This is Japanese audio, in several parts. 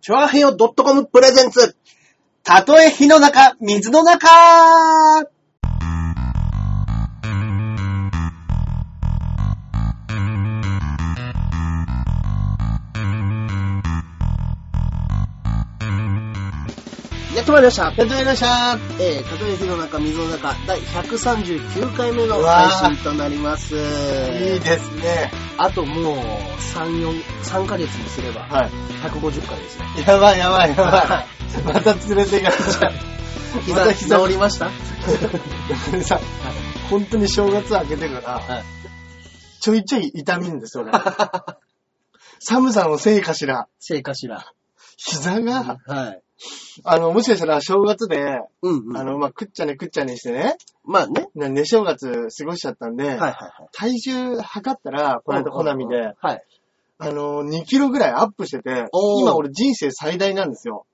チョアヘヨ .com プレゼンツ。たとえ火の中、水の中やってまいりました。やってまいりましたえー、たとえ火の中、水の中、第139回目の配信となります。いいですね。あともう、3、4、3ヶ月もすれば、はい。 150回ですね。やばいやばいやばい。また連れて行かれちゃう。ま膝、た膝膝折りましたこれさ、 本当に正月明けてから、 はいちょいちょい痛みんですよ、俺寒さのせいかしら、せいかしら。膝が、はい。あの、もしかしたら正月で、うん、うん。あの、まあ、くっちゃねくっちゃねしてね、まあね。な寝正月過ごしちゃったんで、はいはいはい。体重測ったら、この間コナミうんうんうでん、はい。あの、2キロぐらいアップしてて、おー今俺人生最大なんですよ。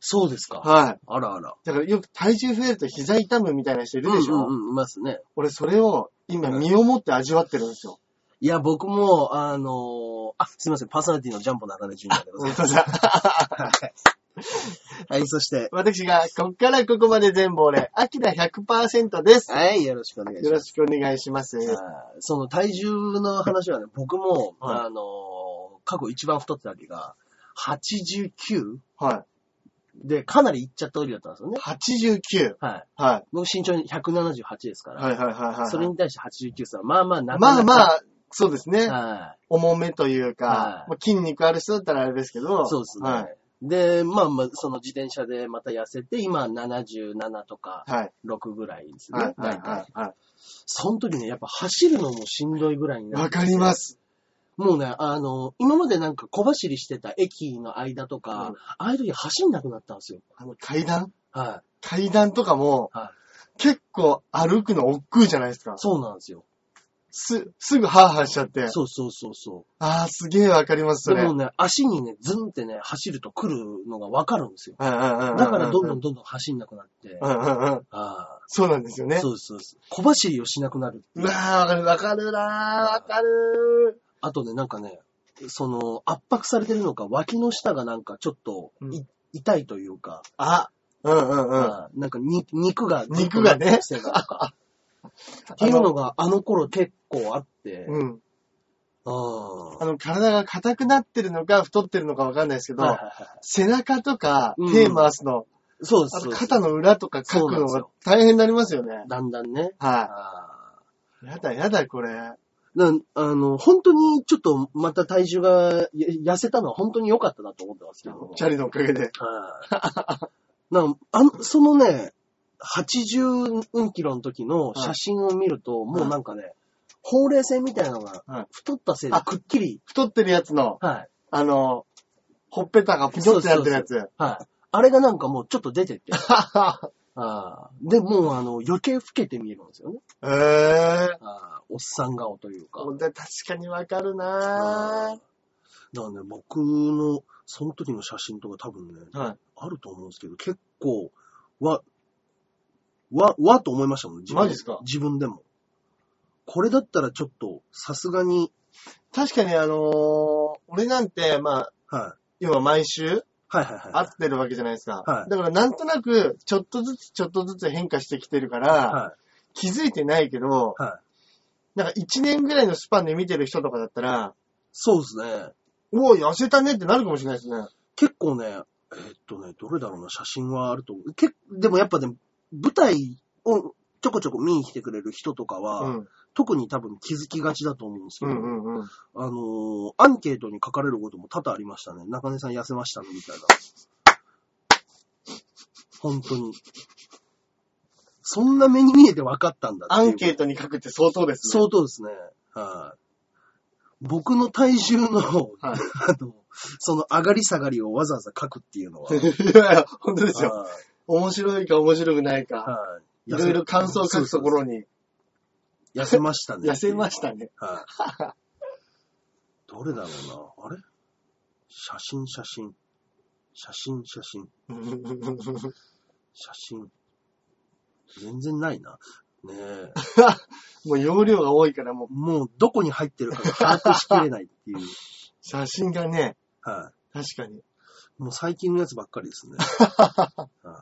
そうですか。はい。あらあら。だからよく体重増えると膝痛むみたいな人いるでしょ、うん、うん、いますね。俺それを今身をもって味わってるんですよ。 いや、僕も、あのー、あ、すいません、パーソナリティのジャンボ中根ジュニアでございます。はい、そして、私が、こっからここまで全部俺、アキラ100%です。はい、よろしくお願いしますよ。ろしくお願いします。あーその体重の話はね、僕も、はいあのー、過去一番太ってた時が、89? はで、かなりいっちゃった時だったんですよい。ね。 89。はい。はい。僕身長178ですから、はいはいはいはい。それに対して89さ、まあまあなまあまあ、あ、そうですね。はい。重めというか、はいまあ筋肉ある人だったらあれですけど。そうですね。はい。で、まあまあ、その自転車でまた痩せて、今77とかはい。 6ぐらいですね。はい。は大い。は体。いはその時ね、やっぱ走るのもしんどいぐらいにい。なって。わかりますす。もうね、あの、今までなんか小走りしてた駅の間とか、うんああいう時走んなくなったんですよ。あの階段はい。階段とかも、は結構歩くの億劫じゃないですか。そうなんですよ。す、すぐハーハーしちゃって。そうそうそうそああ、すげえわかります、う。そでれ。もね、足にね、ズンってね、走ると来るのがわかるんですよ。だだからどんどんん。どんどん走んなくなって。うんうんうん。あそうなんですよあ、ね。そうですそうです。小走りをしなくなる。うわー、わかる、わかるなー、わかるあとね、なんかね、その、圧迫されてるのか、脇の下がなんかちょっとい、うん痛いというか、ー。あ、うんうんうん。ああなんかに肉が、肉がね癖がと か。っていうのが、あの頃結構あって、うん。ああの、体が硬くなってるのか、太ってるのかわかんないですけど、はいはいはい背中とかうん、手回すの、そうですあとそうです。肩の裏とか書くそのうなんがで大変になりますよね。だんだんね。はあい。やだやだ、これ。ーなあの、本当にちょっとまた体重がや痩せたのは本当に良かったなと思ってますけど。チャリのおかげで。はいなんかあのそのね、80キロの時の写真を見ると、もうなんかね、ほうれい線みたいなのはいが太ったせいであくっきり、太ってるやつの、はい、あの、ほっぺたがピョンってなってるやつ。はい。あれがなんかもうちょっと出てて、はあーで、もうあの、余計老けて見えるんですよね。 は。えー。あーおっさん顔というか。ほんで確かにわかるなー。だからね、僕の、その時の写真とか多分ね、はいあると思うんですけど、結構、わ、わ、わと思いましたもん、自分マジっすか自分でも。これだったらちょっと、さすがに、確かにあのー俺なんて、まあ、は要は毎週い。はいはい会はってるわけじゃないですか。はいだからなんとなく、ちょっとずつちょっとずつ変化してきてるから、い。は気づいてないけど、い。はい。なんか1年ぐらいのスパンで見てる人とかだったら、そうですね。おお、痩せたねってなるかもしれないですね。結構ね、えーっとね、どれだろうな、写真はあると思う。けでもやっぱね、舞台をちょこちょこ見に来てくれる人とかは、うん。特に多分気づきがちだと思うんですけうど、んうんうん。あのーアンケートに書かれることも多々ありましたね。中根さん痩せましたね、みたいな。本当に。そんな目に見えて分かったんだってアいうンケートに書くって相当ですね。相当ですね。はい。僕の体重の、 あいの、その上がり下がりをわざわざ書くっていうのは、はいいやいや、 本当ですよ。面白いか面白くないか、はいいろいろ感想を書くところに、痩せましたね。 痩せましたね。はい。どれだろうな。あれ写真、写真。写真、写真。写真。全然ないな。ねえ。 もう容量が多いから、もうもうどこに入ってるかが把握しきれないっていう。写真がね、 は確かに。い。もう最近のやつばっかりですね。うん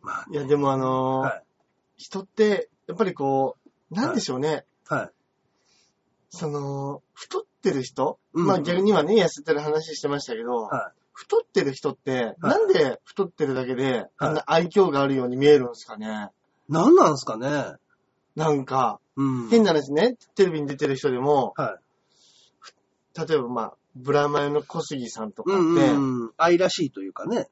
まあいや、でもあのーはい人って、やっぱりこう、なんでしょうね。はい。その、太ってる人、うんまあ逆にはね、痩せてる話してましたけど、は太ってる人って、なんで太ってるだけで、あんな愛嬌があるように見えるんですかね。何なんですかねなんか、うん。変な話ね、テレビに出てる人でも、は例えばまあ、ブラマヨの小杉さんとい。うかって、んうんうん。愛らしいというかね。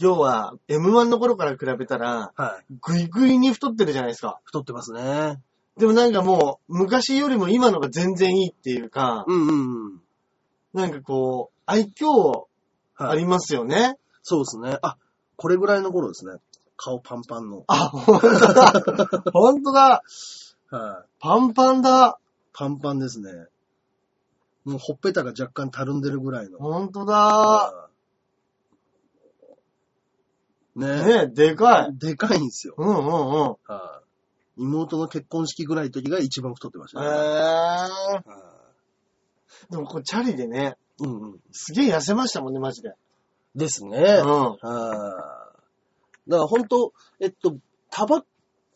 要は、M1 の頃から比べたら、はい。ぐいぐいに太ってるじゃないですか。太ってますね。でもなんかもう、昔よりも今のが全然いいっていうか、うんうんうん。なんかこう、愛嬌あはい。りますよね。そうですね。あ、これぐらいの頃ですね。顔パンパンの。あ、本当だ。本当だ。はい。パンパンだ。パンパンですね。もうほっぺたが若干たるんでるぐらいの。本当だ。ねえ。ねえ、でかい。でかいんですよ。うんうんうん。はい。妹の結婚式ぐらいの時が一番太ってましえたね。ー。はでもこれチャリでね、いうんうん。すげえ痩せましたもんね、マジで。ですね。うはい。ん。だから本当、えっと、タバ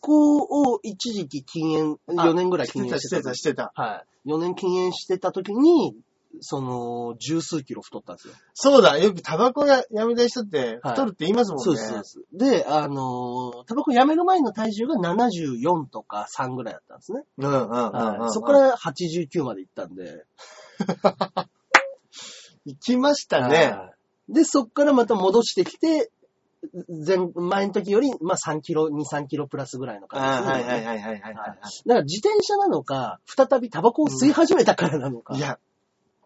コを一時期禁煙、あ4年ぐらい禁してた、煙ししててた。た、してた。はい。4年禁煙してた時に、その、十数キロ太ったんですよ。そうだ、よくタバコややめた人ってはい太るって言いますもんね。そうです、そうです。で、あの、タバコやめる前の体重が74とか3ぐらいだったんですね。うんうんうんうん、はい。そこか、ら89まで行ったんで。行きましたね。で、そっからまた戻してきて、前、前の時より、まあ3キロ、2、3キロプラスぐらいの感あじーですはねいはいはいはいはいはは だかいら自転車なのか、再びタバコを吸い始めたからなのか。い。いや、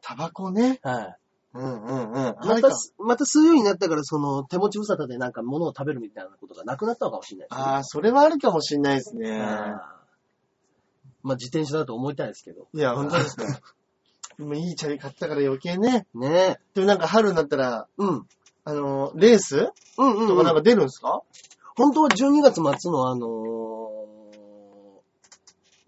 タバコね。はい。うんうんうん。あまれたかす、また吸うようになったから、その、手持ち無沙汰でなんか物を食べるみたいなことがなくなったのかもしれないですね。あー、それはあるかもしんないですね。あーまあ自転車だと思いたいですけど。いや、本当ですね。で もいいチャリ買ったから余計ね。ねえ。でもなんか春になったら、うん。あの、レースうんうん、とかなんか出るんですか、本当は12月末のあのー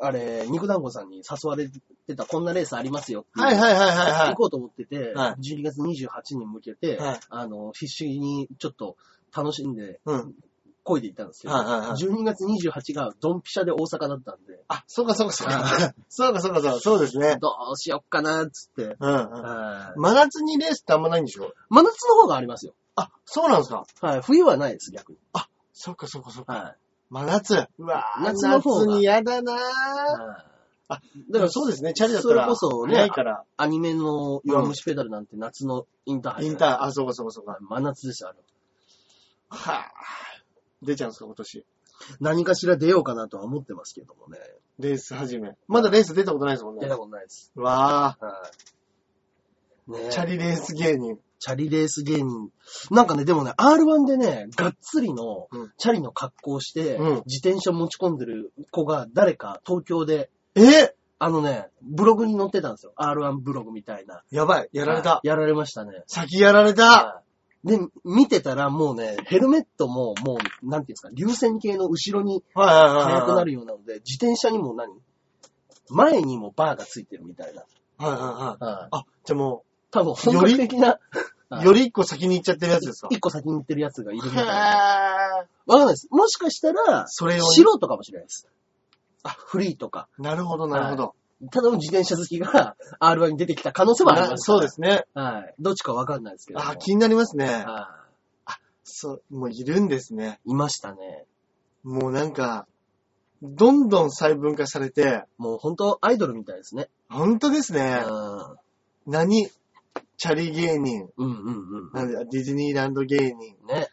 あれ、肉団子さんに誘われてたこんなレースありますよっていうはいはいはいはいは行い。こうと思ってて、は12月28日に向けて、はいあの、必死にちょっと楽しんで、うん。漕いでいたんですよ。はいはいはい。 12月28日がドンピシャで大阪だったんで、あ、そうかそうかそうか。 そうかそうかそうか。そうですね。どうしよっかなーっつって、うんうん。はい真夏にレースってあんまないんでしょ真夏の方がありますよ。あ、そうなんですかはい、冬はないです、逆に。そうかそうかそうか。は真夏。うわぁ、夏夏の方がに嫌だい。なぁ。ああ、だだかかららそそううで。ですすね、チャリだったら。それこそねないから。アニメの弱虫ペダルなんて夏のインターハイ。インターン、あ、そうかそうかそうか。真夏でした、あれははぁ。出ちゃうんですか、今年。何かしら出ようかなとは思ってますけどもね。レース始め。まだレース出たことないですもん出ねた。ことないです。うわはい。ねぁ、えチャリレース芸人。チャリレース芸人。なんかね、でもね、R1 でね、がっつりのうん、チャリの格好をして、うん自転車持ち込んでる子が誰か東京で、えあのね、ブログに載ってたんですよ。R1 ブログみたいな。やばい、やられた。やられましたね。先やられた。で、見てたらもうね、ヘルメットももう、なんていうんですか、流線形の後ろにはいはいはい。速くなる。るようなので、自転車にも何前にもバーがついてるみたいな。はいはいはい。はいあ、じゃあも多分本格的な、はう、いより一個先に行っちゃってるやつですか一個先に行ってるやつがいるみたいな。へぇわかんないです。もしかしたら、それをね素人かもしれないです。あ、フリーとか。ー。なるほどなるほど。ただの自転車好きが R1 に出てきた可能性もありまなす。そうで。すね。はい。どっちかわかんないですけども。あ、気になりますね。はそう、もういるんですね。い。いましたね。もうなんか、どんどん細分化されて、もう本当アイドルみたいですね。本当ですうね。ん。何チャリ芸人、うんうんなんだディズニーランド芸う人。ん。ね。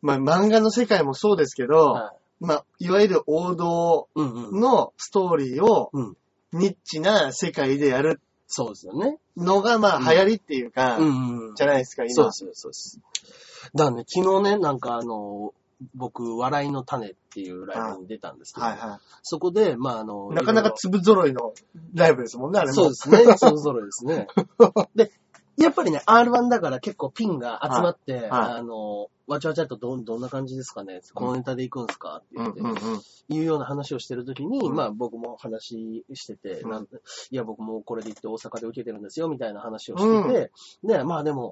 まあ漫画の世界もそうですけど、はい。まあ、いわゆる王道うんうん。のストーリーをうん、ニッチな世界でやるそうですよね。のが、まあ、流行りっていうか、んうん。じゃないですか、そう今で。すよ、そうです。だからね、昨日ね、なんかあの、僕、笑いの種っていうライブに出たんですけど、はいはそこで、まああの、い。なかなかい粒揃いのライブですもんね、あろいれ ろも。 そうですね、そろそろですね。で、やっぱりね、R1 だから結構ピンが集まって、はいあの、わちゃわちゃっとどん、どんな感じですかねこのネタで行くんすかってうん言うって、んうん。いうような話をしてるときに、うんまあ僕も話してて、うんなんいや僕もこれで行って大阪で受けてるんですよ、みたいな話をしてて、で、まあでも、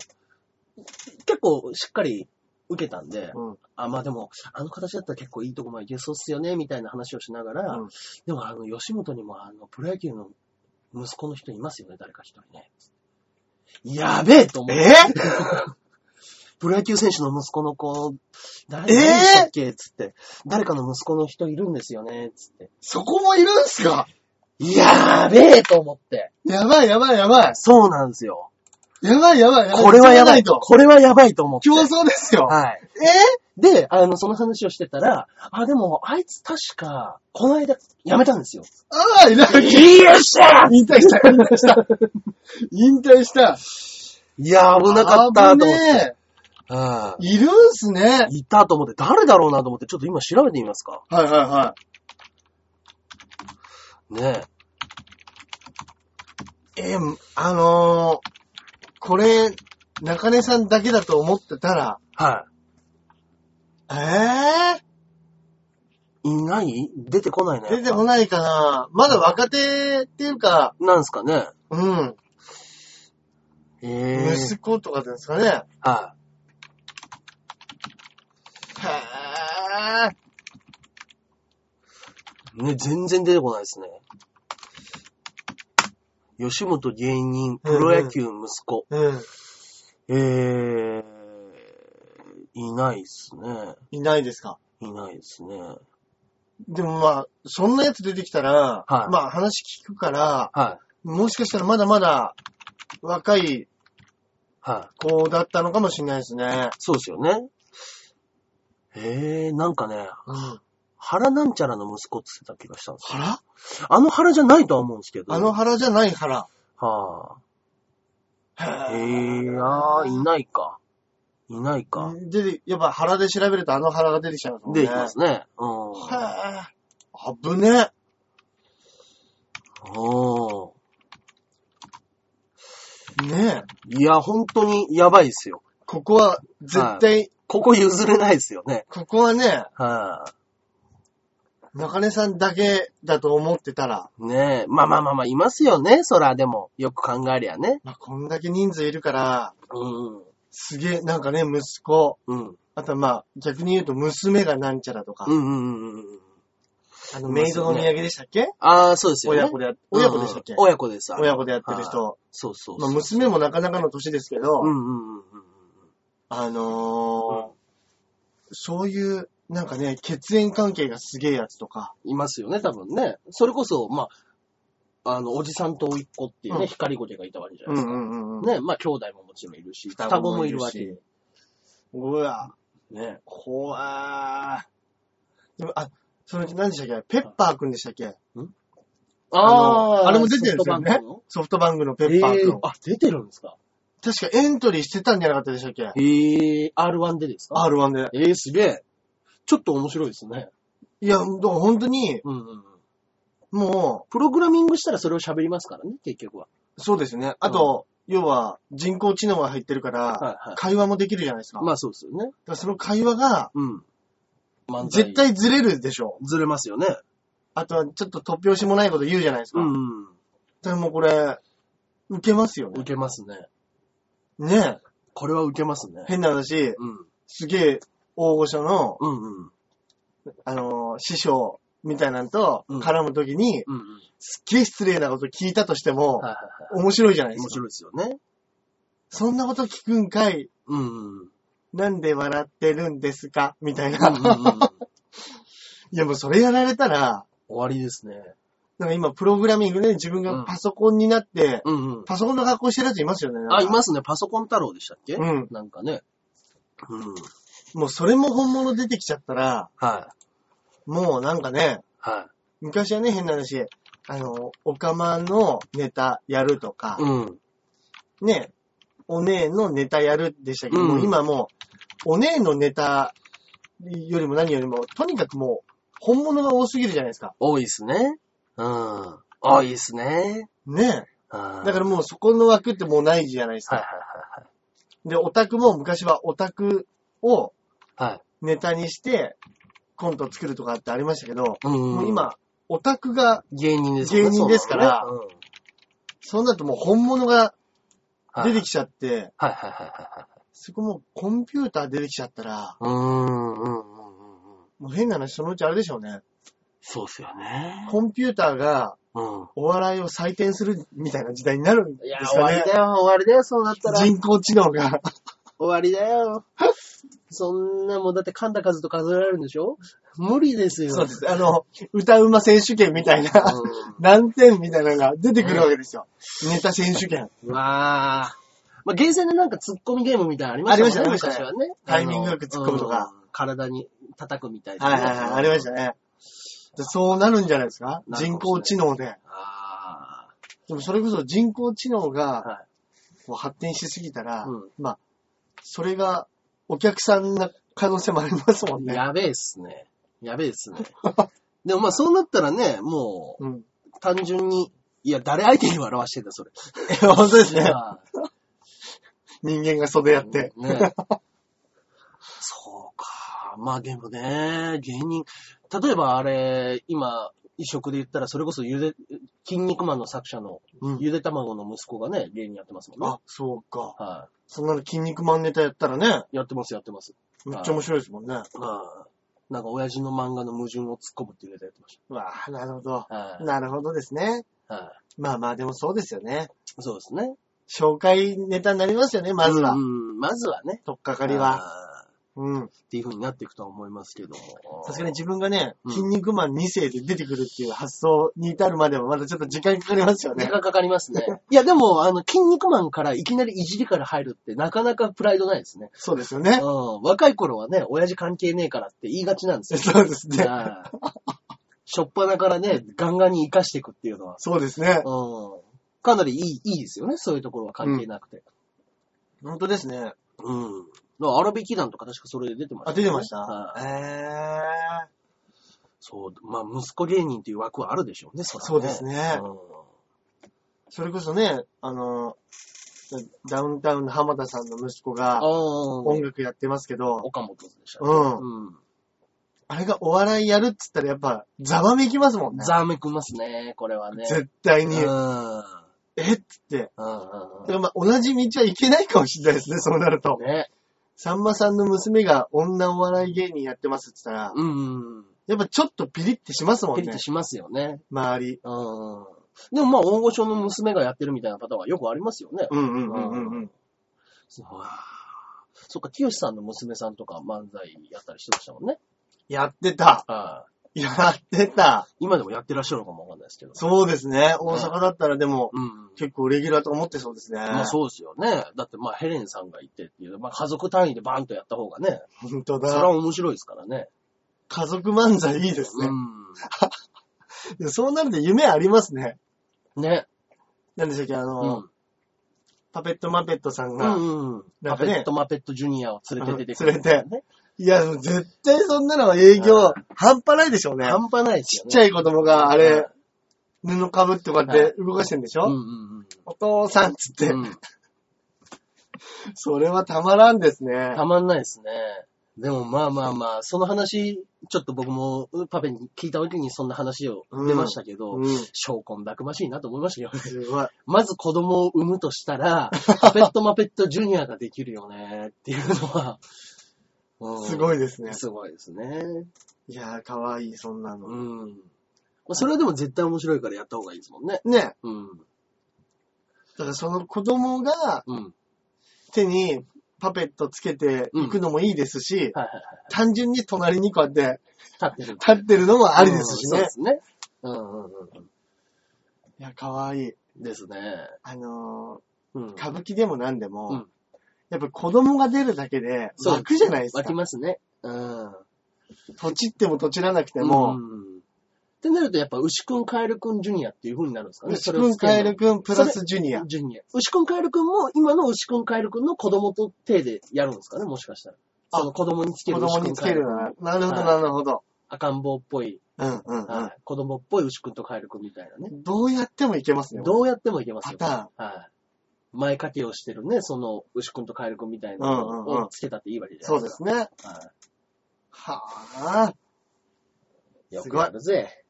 結構しっかり受けたんで、うんあ、まあでも、あの形だったら結構いいとこまで行けそうっすよね、みたいな話をしながら、うんでもあの、吉本にもあの、プロ野球の息子の人いますよね、誰か一人ね。やべえと思って。えプロ野球選手の息子の子、誰誰でしたっけ、つって。誰かの息子の人いるんですよね、つって。そこもいるんすかやーべえと思って。やばいやばいやばい。そうなんですよ。やばいやばい。これはやばいとと。。これはやばいと思って。競争ですよ。はい。えで、あの、その話をしてたら、あ、でも、あいつ確か、この間、辞めたんですよ。ああ、いない。よっしゃ引退した、引退した。引退した。いやー、危なかったと思って。ねはえ。いるんすね。いいたと思って、誰だろうなと思って、ちょっと今調べてみますか。はいはいはねい。えーあのー、これ、中根さんだけだと思ってたら、はえい。いない出てこないねえ。出てこないかな。まだ若手っていうか、なんですかね。うん、ええ息子とかですかね。はへえ。い。ね、全然出てこないですね。吉本芸人、プロ野球息子。うん。えー、いないですね。いないですか。いないですね。でもまあ、そんなやつ出てきたら、はいまあ話聞くから、はい。もしかしたらまだまだ若いはい。子だったのかもしれないですね。そうですよね。えー、なんかね、うん。原なんちゃらの息子って言ってた気がしたんです腹よ。あの原じゃないとは思うんですけど。あのは腹じゃない腹。あ。へえー、あー、いないか。いないか。出て、やっぱ腹で調べるとあの腹が出てきちゃいますもんね。出てきますね。うん。へぇー。危ねおー。え。ねえ。いや、本当にやばいですよ。ここは絶対、ここ譲れないですよね。ここはね、は中根さんだけだと思ってたら、い。ねえ。まあまあまあまあ、いますよね。そら、でも、よく考えりゃね。まあ、こんだけ人数いるから、うん。すげえ、なんかね、息子、うん。あとはまあ、逆に言うと娘がなんちゃらとか、うんうんうんうん。あの、メイドのお土産でしたっけ、ああ、そうですよね。親子でや、親子でしたっけ、うんうん親子です。あれ親子でやってる人。そうそうまそあ、う。娘もなかなかの年ですけど、うんうんうんうんあのうんー。そういう、なんかね、血縁関係がすげえやつとか、いますよね、多分ね。それこそ、まあ、あの、おじさんとおいっ子っていうね、うん光ごてがいたわけじゃうないんでうすか。んうんうん。ね、まあ、兄弟ももちろんいるし、双双子子ももいいるるわしけ。うわ、ね。怖ー。でも、あ、その、何でしたっけペッパーくんでしたっけああれも出てるんですよねソフトバンクのソフトバンクのペッパーくん。えーあ、出てるんですか確かエントリーしてたんじゃなかったでしたっけへえ、R1 でですか ?R1 で。えー、すげえ。ちょっと面白いですね。いや、だから本当に、うんうんうん。もプログラミングしたらそれを喋りますからね、結局は。う、そうですね。あと、要は、人工知能が入ってるから、はいはい会話もできるじゃないですか。まあそうですよね。だからその会話が、うん。漫才絶。対ずれるでしょ。ずれますよね。あとは、ちょっと突拍子もないこと言うじゃないですか。うだかん。らもうこれ、受けますよ受ね。けますね。ねえ。これは受けますね。変な話、うん。すげえ大御所の、うんうん。あのー師匠みたいなんとうん絡むときに、うんうん。すっげえ失礼なこと聞いたとしても、はいはいは面白いじゃないい。です面か。白いですよね。そんなこと聞くんかいうんうん。うんなんで笑ってるんですかみ たいな。うんうん 終いやもうそれやられたら、わりですね。なんか今プログラミングで自分うんがパソコンになって、うんうん。パソコンの格好してるやついますよね。なんかあ、いますね。パソコン太郎でしたっけうんなんかね。うん。もうそれも本物出てきちゃったら、はい。もうなんかね、は昔はね、変な話、あの、おかまのネタやるとかい。、うん。ね、お姉のネタやるでしたけど、うんもう今もう、お姉のネタよりも何よりも、とにかくもう、本物が多すぎるじゃないですか。多いですね。うん。多いですね。ねえ。だだからもうそこの枠ってもうないじゃないですはいか。はで、オタクも昔はオタクをいはい。はい。ネタにしてコントを作るとかってありましたけど、うんもう、今、オタクが、芸人ですもんね芸人ですからそうなのねそうなるともう本物がうんはい出てきちゃって、はいはいはいはいはい。そこもうコンピューター出てきちゃったら、うーん、うん、うん、うん。うんもう変な話、そのうちあれでしょうね。そうっすよね。コンピューターがうん。お笑いを採点するみたいな時代になるんでいや、す終かわりね。だよ、終わりだよ、そうなったら。終人工知能が。わりだよ。そんなもん、だって噛んだ数と数えられるんでしょ無理ですよ。そうです。あの、 歌うま選手権みたいな、う難点みたいなのが出てくるわけですよ。ネタ選手権。ん。わあ。まあ、ゲーセンでなんか突っ込みゲームみたいなのありましたもんね、ありまし昔たはね。タイミングよく突っ込むとかあの。うん体に叩くみたいな。はいはいはい、ありましたね。でそうなるんじゃないですかなるかもしれない人工知能で。あでもそれこそ人工知能あ。がはい。こう発展しすぎたら、うんまあ、それがお客さんな可能性もありますもんね。やべえっすね。やべえっ すね。でもまあそうなったらね、もうん。う単純に、いや、誰相手に笑わしてんだ、それ。本当ですね。あ人間が袖やっあて。ねそうか。まあでもね、芸人、例えばあれ、今、異色で言ったら、それこそゆで、筋肉マンの作者のうん。ゆで卵の息子がね、芸人やってますもんね。あ、そうか。はそんなの筋肉マンネタやったらね、い。やってます、やってます。めっちゃ面白いですもんね。まあ、なんか親父の漫画の矛盾を突っ込むっていうネタやってましうわあなるほど。た。はい。なるほどですね。はい。まあまあ、でもそうですよね。そうですね。紹介ネタになりますよね、まずは。うん、まずはね。とっかかりは。あうん。ーっていう風になっていくとは思いますけども。さすがに自分がね、うん筋肉マン2世で出てくるっていう発想に至るまではまだちょっと時間かかりますよ時 ね。間かかりますね。いや、でも、あの、筋肉マンからいきなりいじりから入るってなかなかプライドないですね。そうですようねん。。若い頃はね、親父関係ねえからって言いがちなんです よ。そうですね。しょっぱなからね、ガンガンに活かしていくっていうのは。そうですね。うん。かなりいい、いいですよね。そういうところは関係なくて。本当ですね。うん。だからアラビ劇団とか確かそれで出てましたあ、ね、出てましはいたへそう。まあ、息子芸人という枠はあるでしょうね、そらそうですねうんー。それこそね、あの、ダウンタウンの浜田さんの息子あがー音楽やってますけど、岡本でしたね。うん。うん。あれがお笑いやるっつったらやっぱ、ざわめきますもんね。ざわめくますね、これはね。絶対対う、にん。えっつって。うんだからまあ、同じ道はいけないかもしれないですね、そうなるとうん。。ね。さんまさんの娘が女お笑い芸人やってますって言ったら、うん。やっぱちょっとピリってしますもピんリッねと。しますよね。周り。うん。でもまあ、大御所の娘がやってるみたいなパターンはよくありますよね。うんうんうんうんうん。そうそっか、清さんの娘さんとか漫才やったりしてましたもんね。やってた。はい。やってた。今でもやってらっしゃるのかもわかんないですけど。そうですね。大阪だったらでも、うん。結構レギュラーと思ってそうですね。まあそうですよね。だってまあヘレンさんがいてっていう、まあ家族単位でバーンとやった方がね、本当それはだ。面白いですからね。家族漫才いいですね。うでそうなると夢ありますね。ん。ね。なんでしたっけ、あうの、ん。パペットマペットさんうが、んうん。マなんかペねットマペットジュニアを連れて出てくうる、ん連ね。いや、絶対そんなのは営は業い、半端ないでしょうね。半端ないですちよっね。ちゃい子供があはれい、布かぶってこうやって動かしてんでしょ、うんうんお父さんっつって、うん。うんそれはたまらんですね。たまんないですね。でもまあまあまあ、その話、ちょっと僕もパペに聞いた時にそんな話を出ましたけど、うん。証拠だくましいなと思いましたよ。すごい。まず子供を産むとした ら、パペットマペットジュニアができるよねっていうのは、うんすごいですね。すごいですね。いやー、かわいい、そんなの。うん。まあそれはでも絶対面白いからやった方がいいですもんね。ね。うん。だからその子供がうん。手にパペットつけていくのもいいですし、はいはいはい。単純に隣にこうやって立ってる。立ってるのもありですしうんそうねで。すね。うんうんうんういや、かわいい。ん。ですね。あのうんー、。歌舞伎でも何でも、うんやっぱ子供が出るだけでそう楽じゃないです湧きか。ますね。うん。とちってもとちらなくてでも、ん、ってなるとやっぱ牛くんカエルくんジュニアっていう風になるんですかね。牛くん、カエルくくん、プラスジュニア。ジュニア。牛くんカエルくんも今の牛くんカエルくんの子供と手でやるんですかね、もしかしたら。あその子供につけ子る供牛くにんつカエけルるくんな。なるほど、はなるほど。赤ん坊っぽい、うんうんうはい子供っぽい牛くんとカエルくんみたいなね。ん。どうやってもいけますね。どうやってもいけますよ。パはい。前掛けをしてるね、その牛くんとカエルくんみたいなうんうんうのんをつけたっていいわけじゃなそいうでですすね。か。ははぁ。い。よすくごいやるぜ。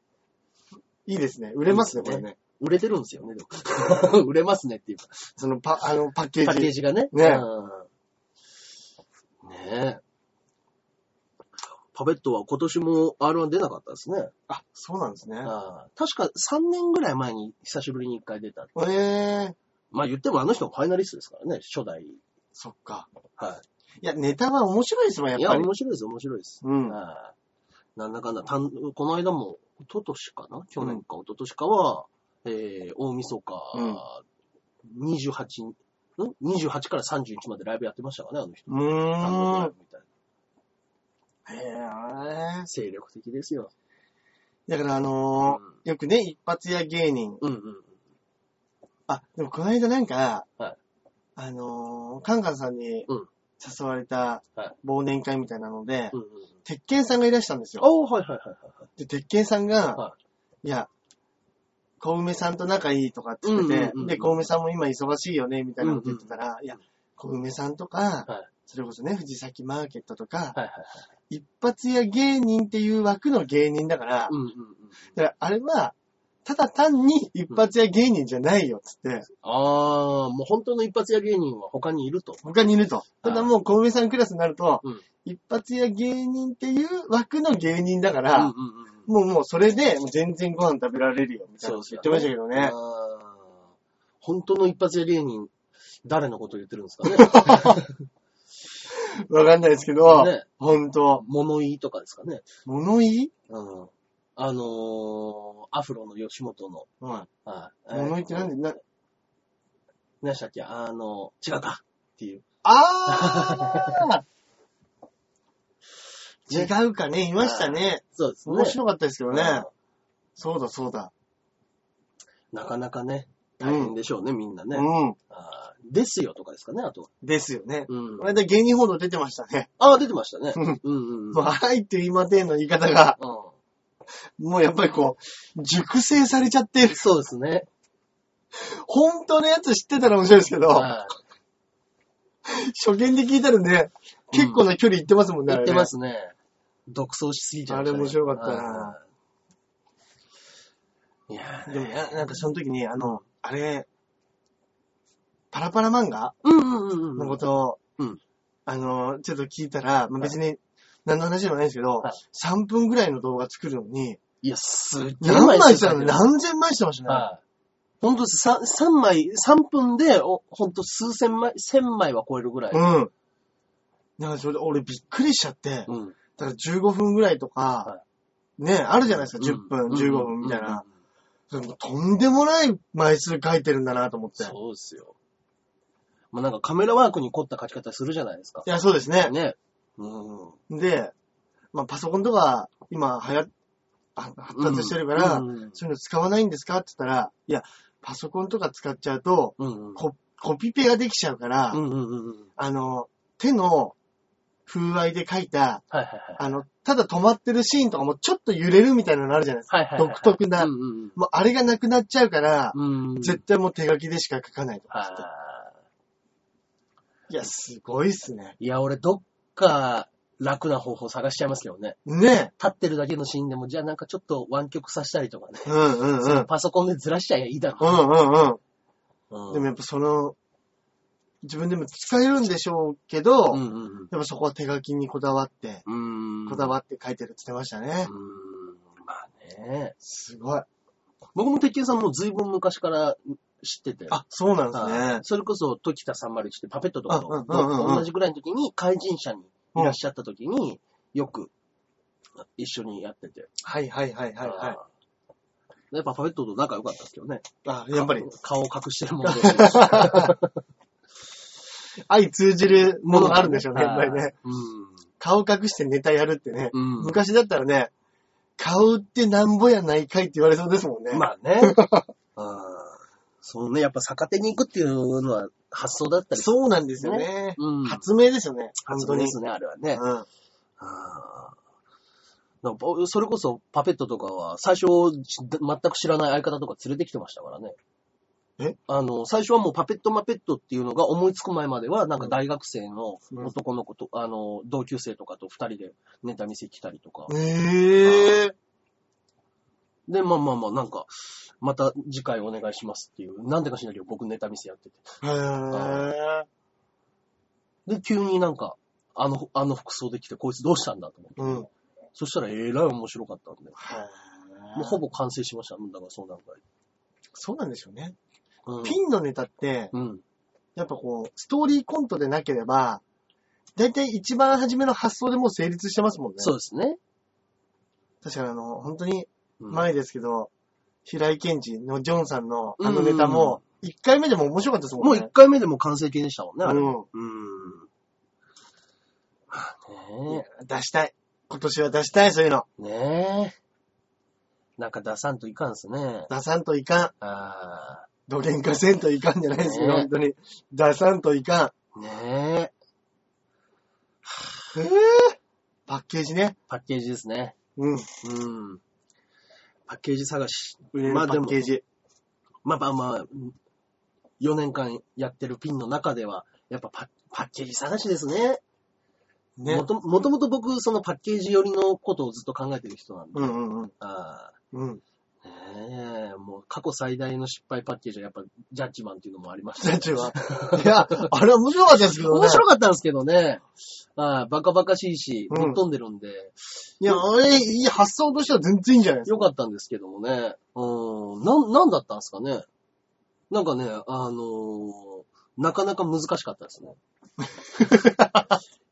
いいですね。売れますね、これね。売れてるんですよね、でも 売れますねっていうか。そのパ、あの、パッケパッケーージ。ジがね。ねうんねえ。パペットは今年も R1 出なかったですね。あ、そうなんですね。ああ確か3年ぐらい前に久しぶりに1回出た。ええー、まあ言ってもあの人もファイナリストですからね、初代。そっか。はいや、ネタは面白いですもん、やい。っいや、ぱり。面白いです、面白いです。うん。ああなんだかんだ、たんこの間も、一昨年かな去年か一昨年かは、えー、大晦日、28、ん ?28 から31までライブやってましたからね、あの人。うーん。みたいなへえ。精力的ですよ。だからあうんのーよくね、一発屋芸人。うんうん。あ、でもこの間なんか、はいあのーカンカンさんにうん誘われたはい忘年会みたいなので、うんうん、鉄拳さんがいらしたんですよ。おーはいはいはいはいはい。で、鉄拳さんが、、はいや、小梅さんと仲いいとかって言ってて、うんうんうんうんで、小梅さんも今忙しいよね、みたいなこと言ってたら、いや、小梅さんとか、はいそれこそね、藤崎マーケットとか、はいはいはい。一発屋芸人っていう枠の芸人だから、うんうんうん。だからあれは、ただ単に一発屋芸人じゃないよ、つって、あー、もう本当の一発屋芸人は他にいると。他にいると。ただもう小梅さんクラスになると、うん一発屋芸人っていう枠の芸人だかうんら、うんうん。もうもうそれでもう全然ご飯食べられるよ、みたいなこと言ってましたけどね。あー本当の一発屋芸人、誰のこと言ってるんですかね。わかんないですけど、ねほんと、物言いとかですかね。物言いうん。あのー、アフロの吉本の、はい。はい。物言いってなんでで、な、何でしたっけあの、違うかっていう。 あねー違うかね、いましたね。そうですね。面白かったですけどね。うんそうだそうだ。なかなかね、大変でしょうね、みんなね、うん。あーですよとかですかね、あとは。ですよね。うんこの。間芸人報道出てましたね。ああ、出てましたね。うんうんうんうん。もうはいって言いませんの言い方が、うもうやっぱりこう、熟成されちゃってるん、。そうですね。本当のやつ知ってたら面白いですけど、はい初見で聞いたらね、結構な距離行ってますもんね。あ言っれねてますね。独走しすぎちゃいましたねあれ面白かったな。うんいやーでもな、なんかその時に、あの、あれ、パラパラ漫画うんうんうんのうん。ことを、うんあの、ちょっと聞いたら、まあ、別に何の話でもないんですけど、はい3分ぐらいの動画作るのに、いや、すっげえ何枚した書のいてます何千枚してましたね。はい。ほんとです。3, 三枚、3分で、おほんと数千枚、千枚は超えるぐらい。うん。なんかそれ、俺びっくりしちゃって、うん。だから15分ぐらいとかは、ね、あるじゃないですか、うん10分、うん15分みたいな。うんそれもとんでもない枚数書いてるんだなと思って。いそうですよ。もうなんかカメラワークに凝った書き方するじゃないですか。や、そうですね。ね。うん。で、まあ、パソコンとか、今、流行っ、あ発達してるから、うんうんそういうの使わないんですかって言ったら、いや、パソコンとか使っちゃうと、うんうん。ココピペができちゃうから、うんうんうんうん。あの、手の風合いで書いた、はいはいはい。あの、ただ止まってるシーンとかもちょっと揺れるみたいなのあるじゃないですか。はいはいはいはい独特な、うんうんもうあれがなくなっちゃうから、うん。うん。絶対もう手書きでしか書かないとかって。はいや、すごいっすね。い。いや、俺どっか楽な方法探しちゃいますけどね。ね立ってるだけのシーンでも、じゃあなんかちょっと湾曲させたりとかね。え。うんうんうん。パソコンでずらしちゃえばいいだうろんうんうん。う。うんでもやっぱその、自分でも使えるんでしょうけど、うやっんうんぱそこは手書きにこだわって、うん。うん。こだっわって書いてるって言ってましたねう。ん。まあね。すごい。僕も鉄拳さんも随分昔から知ってて。あ、そうなんですはい、。ねそれこそ、時田301ってパペットとかあとうんうんうんうん同じぐらいの時に、怪人者にいらっしゃった時に、よく一緒にやってて。はいはいはいはいはい。い。やっぱパペットと仲良かったですけどね。あ、やっぱり、顔を隠してるも の同士です愛通じるものがあるんでしょうね、やっぱりね。。う顔隠してネタやるってね。ん。うん。昔だったらね、顔ってなんぼやないかいって言われそうですもんね。まあね。 うんそうね、やっぱ逆手に行くっていうのは発想だったりう。そうなんですよね。うん。発明ですよね。本発当想に。ですね、あれはね。うん。あーなんかそれこそパペットとかは、最初、し全く知らない相方とか連れてきてましたからね。えあの、最初はもうパペットマペットっていうのが思いつく前までは、なんか大学生のうん男の子と、あの、同級生とかと二人でネタ見せ来たりとか。ええで、まあまあまあ、なんか、また次回お願いしますっていう、なんでかしらけど僕ネタ見せやってて。ー。へえ。で、急になんか、あの、あの服装で来て、こいつどうしたんだと思って。うん。そしたら、えらい面白かったんで、もうほぼ。ぼ完成しました。だからそうなんかそうなんでしょうね。うん。ピンのネタって、うん。やっぱこう、ストーリーコントでなければ、だいたい一番初めの発想でもう成立してますもんね。そうですね。確かにあの、本当にうん前ですけど、平井健二のジョンさんのあのネタも、一回目でも面白かったですももうんね一。回目でもう完成形でしたもんね、あれ。うん。うはあん。いやね出したい。今年は出したい、そういうの。え。ねえ。なんか出さんといかんですね。出さんといかん。あどげんかせんといかんじゃないですよ、ね本当に。出さんといかん。あ。ねえ。へぇパッケージね。パッケージですね。うん。うん。パッケージ探し。売れるまパあでもッケージ。まあまあまあ、4年間やってるピンの中では、やっぱパパッケージ探しですね。ねも。ともともと僕、そのパッケージ寄りのことをずっと考えてる人なんで。うんうんうん。あうん。あねえ、もう過去最大の失敗パッケージはやっぱジャッジマンっていうのもありました ジ ャッジは。いや、あれ面白かったですけどね。面白かったんですけどね。ああバカバカしいし、うんぶっ飛んでるんで、いや、あれ、いい発想としては全然いいんじゃないですよかったんですけどもね。うん、なん、なんだったんですかね。なんかね、あのーなかなか難しかったですね。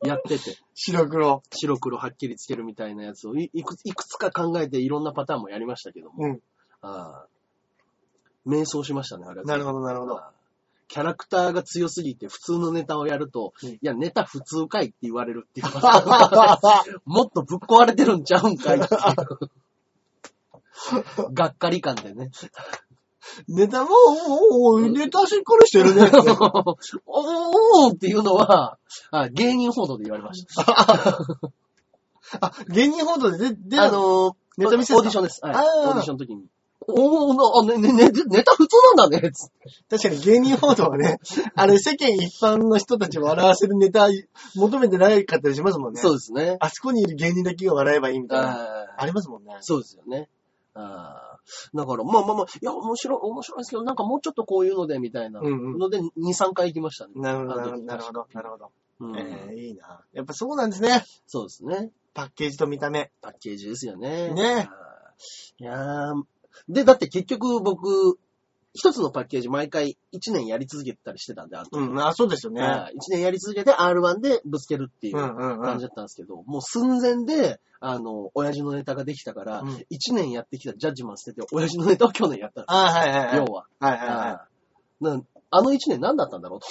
やってて、か。白黒。白黒はっきりつけるみたいなやつをいいくいくつか考えていろんなパターンもやりましたけども。うんああ迷走しましたね、あれはなるほど、なるほ ど。キャラクターが強すぎて普通のネタをやると、うんいや、ネタ普通かいって言われるっていうかもっとぶっ壊れてるんちゃうんかいって いう。がっかり感でね。ネタも、おーおーネタしっかりしてるね。おーっていうのは、あ芸人報道で言われました。あ、芸人報道で、で、であのー、ネタ見せオーディションン。です。はいあーオーディションの時に。おーなあ、ね、ね、ねネタ普通なんだね、つって確かに芸人報道はね、あれ世間一般の人たちを笑わせるネタ求めてないかったりしますもんね。そうう。ですね。あそこにいる芸人だけが笑えばいいみたいな。あーありますもんね。そうですよね。ああ。だから、まあまあまあ、いや、面白い、面白いですけど、なんかもうちょっとこういうので、みたいなうんうんので、2、3回行きましたね。なるほど、なあのるほど、時なるほど。なるほどうんえーいいな。やっぱそうなんですね。そうですね。パッケージと見た目。パッケージですよね。ねあーいやーで、だって結局僕、一つのパッケージ毎回1年やり続けてたりしてたんで、あの時うん、あ、そうですよね。 1年やり続けて R1 でぶつけるっていううんうんう感んじ。だったんですけど、もう寸前で、あの、親父のネタができたから、うん1年やってきたジャッジマン捨てて、親父のネタを去年やったんであ、はいはいはい。すよ。要は。はいはいはあなあの一年何だったんだろうと。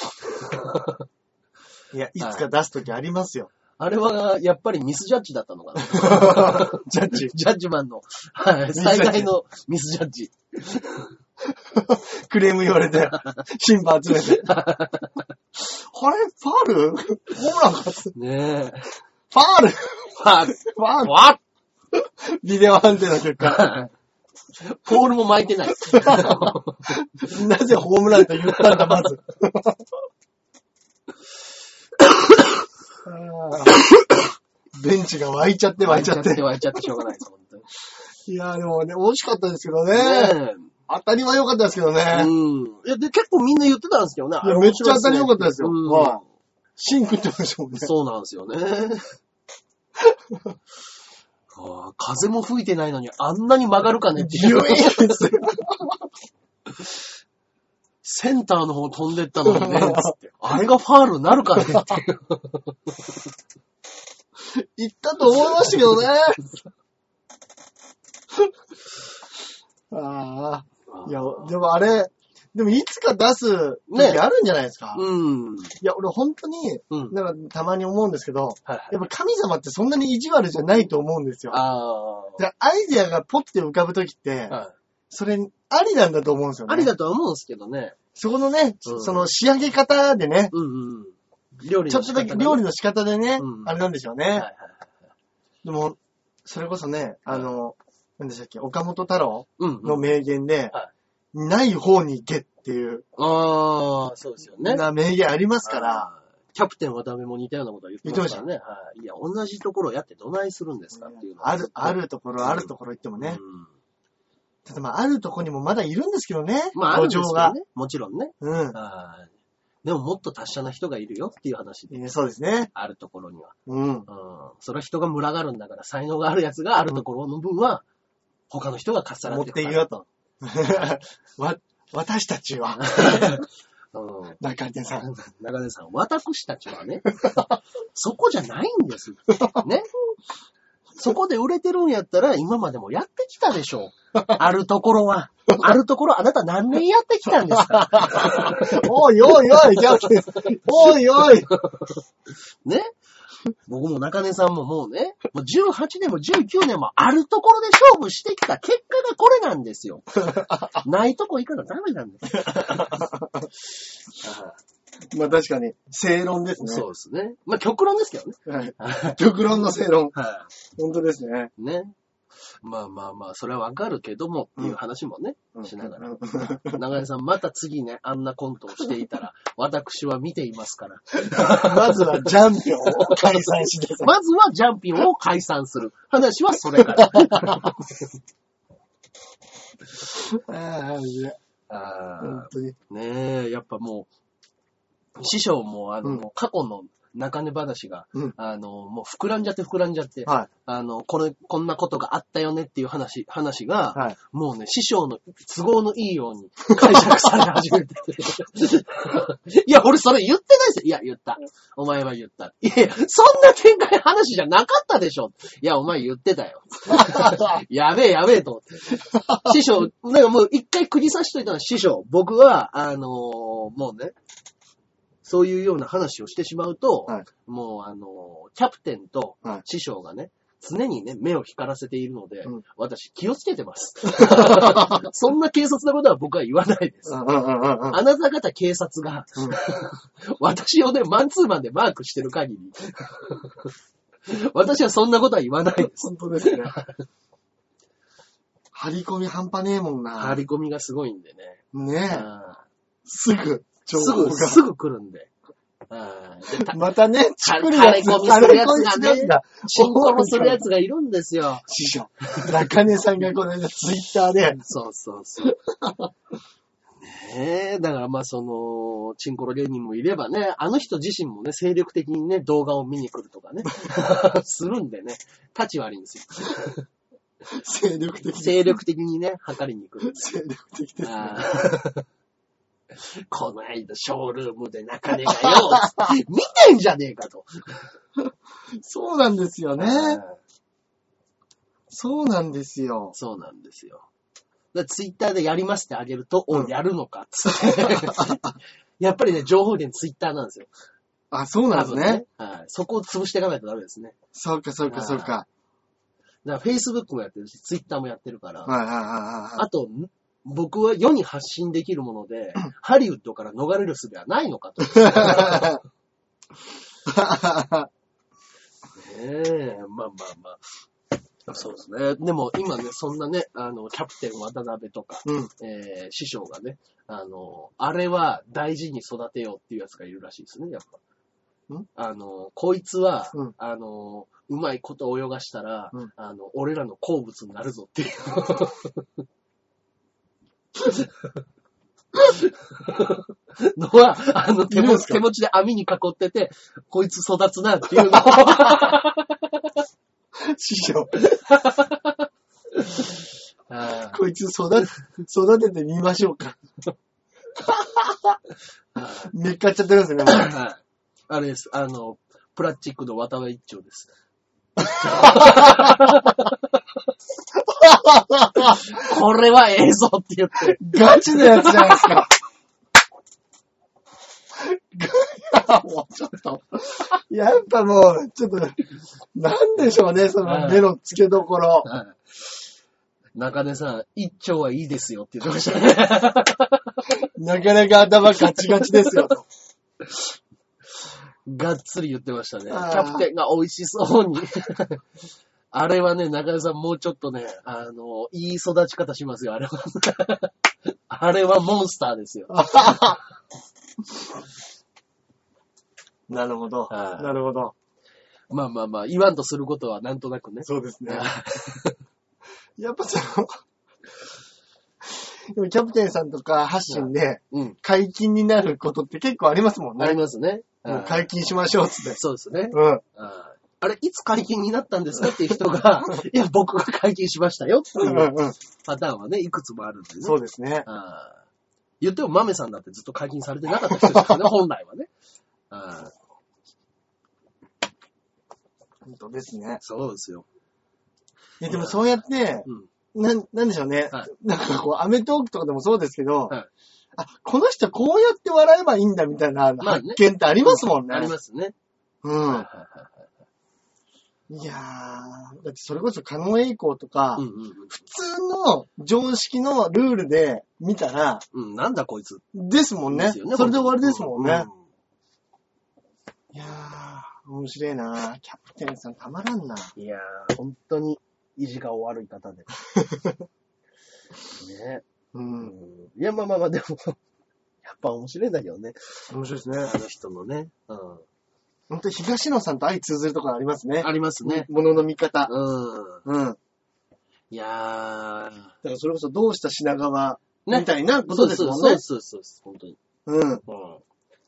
い。いや、いつか出すときありますよ。あれは、やっぱりミスジャッジだったのかな。 ジャッジ。ジャッジマンの、はい、最大のミスジャッジ。クレーム言われ て、審判集め て。あれ、ファールホーランかっつってね え。ファールフわァールわビデオ判定の結果、ポールも巻いて ない。なぜホームランと言ったんだ、まず。あー ベンチが湧いちゃって湧いちゃって。湧いちゃってしょうがないです、本当に。いやーでもね、惜しかったですけどね。ね当たりは良かったですけどね。え。うん。いや、で、結構みんな言ってたんですけどね。いやめっちゃ当たり良かったですようんはいシンクってましたもんね。そうなんですよね。ああ風も吹いてないのにあんなに曲がるかねっていギュう。イーンですよセンターの方飛んでったのにね、 つって。あれがファールになるかねっていう。言ったと思いましたけどね。 ああ。いや、でもあれ、でもいつか出す時あるんじゃないですか。うん。いや、俺本当に、うん。なんかたまに思うんですけど、はいはい。やっぱ神様ってそんなに意地悪じゃないと思うんですよ。あでアイデアがポッて浮かぶ時ってあ。、はい。それありなんだと思うんですよね。ありだとは思うんですけどね。そこのね、うんその仕上げ方でね、うんうん。料理ちょの仕っと方だねけ料理の仕方でね、うんあれなんでしょうね。はいはいはいでも、それこそね、あの、何でしたっけ、岡本太郎うん、うのん。名言で、はない方に行けっていう、ああ、そうですよね。な名言ありますから、あー。キャプテン渡辺も似たようなことは言ってましたからね。はい。いや、同じところをやってどないするんですかっていうのはある、あ。るところ、あるところ行ってもね。ただまあ、あるところにもまだいるんですけどね。うん。まあ、あるんです土け壌どが。ね。もちろんね。うんはい。でももっと達者な人がいるよっていう話で、いや。そうですね。あるところには。うん。うん。それは人が群がるんだから、才能があるやつがあるところの分は、他の人がかっさら持っってていくからよと。わ、私たちは、うん。中 根さん。中根さん、私たちはね、 そこじゃないんです。ね。そこで売れてるんやったら、今までもやってきたでしょう。あるところは。あるところ、あなた何年やってきたんですかおいおいおい、キャプテン。おいおい。ね。僕も中根さんももうね、もう18年も19年もあるところで勝負してきた結果がこれなんですよ。ないとこ行かなダメなんです。あまあ確かに、正論ですーね。そうですね。まあ、極論ですけどね。はい。極論の正論。はい。本当ですね。ね。まあまあまあ、それはわかるけどもっていう話もね、うんしながら。長谷さん、また次ね、あんなコントをしていた ら、私は見ていますから。まずはジャンピオンを解散してください。まずはジャンピンを解散する。話はそれ から。ああ、いや、本あ当に。ーねえ、やっぱもう、師匠も、あの、うん過去の中根話が、うんあの、もう膨らんじゃって膨らんじゃって、はあの、これ、こんなことがあったよねっていう話、話が、い。はい。もうね、師匠の都合のいいように解釈され始めて。いや、俺それ言ってないですよ。いや、言った。お前は言った。いやいや、そんな展開話じゃなかったでしょ。いや、お前言ってたよ。 やべえ、やべえと思 って。師匠、なんかもう一回釘刺しといたの師匠。僕は、あのーもうね、そういうような話をしてしまうと、はいもうあのーキャプテンとはい師匠がね、常にね、目を光らせているので、うん私気をつけて ます。 そんな軽率なことは僕は言わないです。うんうんうんうん。あなた方警察が、う ん私をね、マンツーマンでマークしてる限 り、私はそんなことは言わないです。本当ですね。張り込み半端ねえもんな。張り込みがすごいんでね。ねえ。あすぐ、ー情す報ぐ、が。すぐ来るんで。あー でたまたね、チクる張やりつ、込みするやつがね張り込みするやつが進行するやつがいるんですよ。師匠。中根さんがこの間ツイッターで、そうそうそう。 ねえ、だからまあその、チンコロ芸人もいればね、あの人自身もね、精力的にね、動画を見に来ると かね、するんでね、立ち悪いんですよ。精力的に、精力的にね、測りに来るんで。精力的です。あーこの間、ショールームで中根がよ、 つって見てんじゃねえかと。そうなんですよね。うんそうなんですよ。そうなんですよ。だツイッターでやりますってあげると、お、やるのかっつって。 やっぱりね、情報源ツイッターなんですよ。あ、そうなんですね。はい。そこを潰していかないとダメですね。そうか、そうか、そうか。だから Facebook もやってるし、Twitter もやってるから、はいはいはいはあと、ん僕は世に発信できるもので、ハリウッドから逃れる術はないのかと。ね いはい。え、まあまあまあ。そうですね。でも今ね、そんなね、あの、キャプテン渡辺とか、うん。えー師匠がね、あの、あれは大事に育てようっていうやつがいるらしいですね、やっぱん。あの、こいつは、うんあの、うまいこと泳がしたら、うんあの、俺らの好物になるぞっていう。のは、あの、手いるん持すち、か手持ちで網に囲ってて、こいつ育つなっていう のを、師匠、あーこいつ育て、育ててみましょ うか。めっかっちゃってるんですね。もうはいあれです。あの、プラスチックの綿は一丁 です。これはええぞって言って。ガチのやつじゃないですか。もうちょっと。やっぱもう、ちょっと、なんでしょうね、その目の付けどころ。中根さん、一丁はいいですよって言ってましたね。なかなか頭ガチガチですよ。がっつり言ってましたね。キあーャプテンが美味しそうに。あれはね、中井さんもうちょっとね、あの、いい育ち方しますよ、あれは。あれはモンスターですよ。なるほど。はいなるほど。まあまあまあ、言わんとすることはなんとなくね。そうですね。やっぱその、でもキャプテンさんとか発信でうん。解禁になることって結構ありますもんありね。ますね。もうはい解禁しましょうっつって。そうですね。うん。はいあれ、いつ解禁になったんですかっていう人 が、いや、僕が解禁しましたよってういんううん。パターンはね、いくつもあるんでね。そうですね。あー言っても、マメさんだってずっと解禁されてなかった人です からね、本来はね。あー本当ですね。そうですよ。いやでもそうやって、うん。なん、なんでしょうね。はいなんかこう、アメトークとかでもそうですけど、はいあ、この人こうやって笑えばいいんだみたいなまあ発ね見ってありますもんね。ありますね。うん。はいはいはいいやー、だってそれこそカノエイコーとか、うんうん普通の常識のルールで見たら、うん。うん、なんだこいつ。ですもんね。ですよねそれで終わりですもんね。ういやー、面白いなキャプテンさんたまらんな。いやー、本当に意地がお悪い方 で。ねう。うんん。いや、まあまあまあ、でも、やっぱ面白いんだけどね。面白いですね。あの人のね。うん。本当東野さんと相通ずるところありますね。ありますね。ものの見方。うん。うん。だかいやー。らそれこそどうした品川みたいなこそうでとですす、もんそうねで。す、そうです、そうです本当に。うん。うん。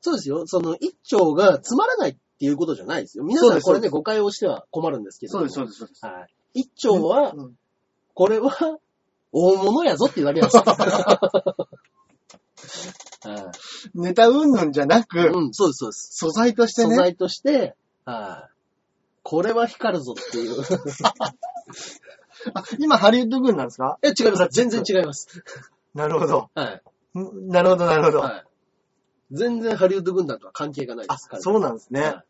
そうですよ。その、一丁がつまらないっていうことじゃないですよ。皆さんこそうれでね、す誤解をしては困るんですけど。そうです、そううです、そうです。です。はい。一丁は、うんこれは、大物やぞって言われや すい。はネタうんぬんじゃないく、うん、そうです、そうです。素材として素ね。材として、はい。これは光るぞっていう。あ今、ハリウッド軍なんですか え、違います。全然違います。なるほど。はい。んなるほど、なるほど。はい。全然ハリウッド軍団とは関係がないであす、から。そうなんですね。はい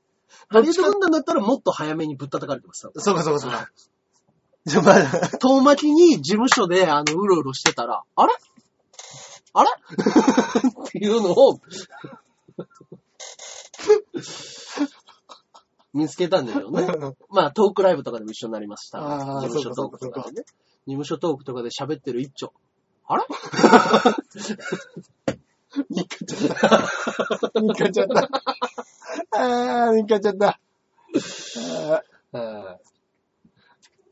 ハリウッド軍団だったらもっと早めにぶったたかれてました。そうか、そうか、そうか。じゃあ、まあ、遠巻きに事務所で、あの、うろうろしてたら、あれあれっていうのを、 見つけたんだよ ね。まあ、トークライブとかでも一緒になりました。あー事務所トークとかでね。事務所トークとかで喋ってる一丁。あれ 見っかちゃった。見っかちゃった。あー、見っかちゃった。あー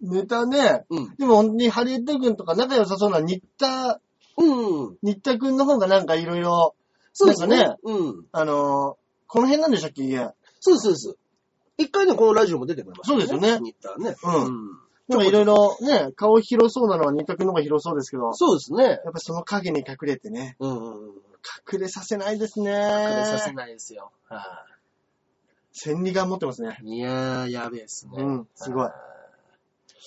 ネタね。うん。でも本当にハリウッド君とか仲良さそうな新田、うん。新田君の方がなんかいろいろ、そうですねなんかね。うん。あのーこの辺なんでしたっけ家。そうです、そうです。一回ね、このラジオも出てくれました、そうですよねニッターね。うんんなんかいろいろね、顔広そうなのは新田君の方が広そうですけど、そうですね。やっぱその影に隠れてね、うんうんうん。隠れさせないですね。隠れさせないですよ。は千里眼持ってますね。いいやー、やべえっすね。うんすごいはい。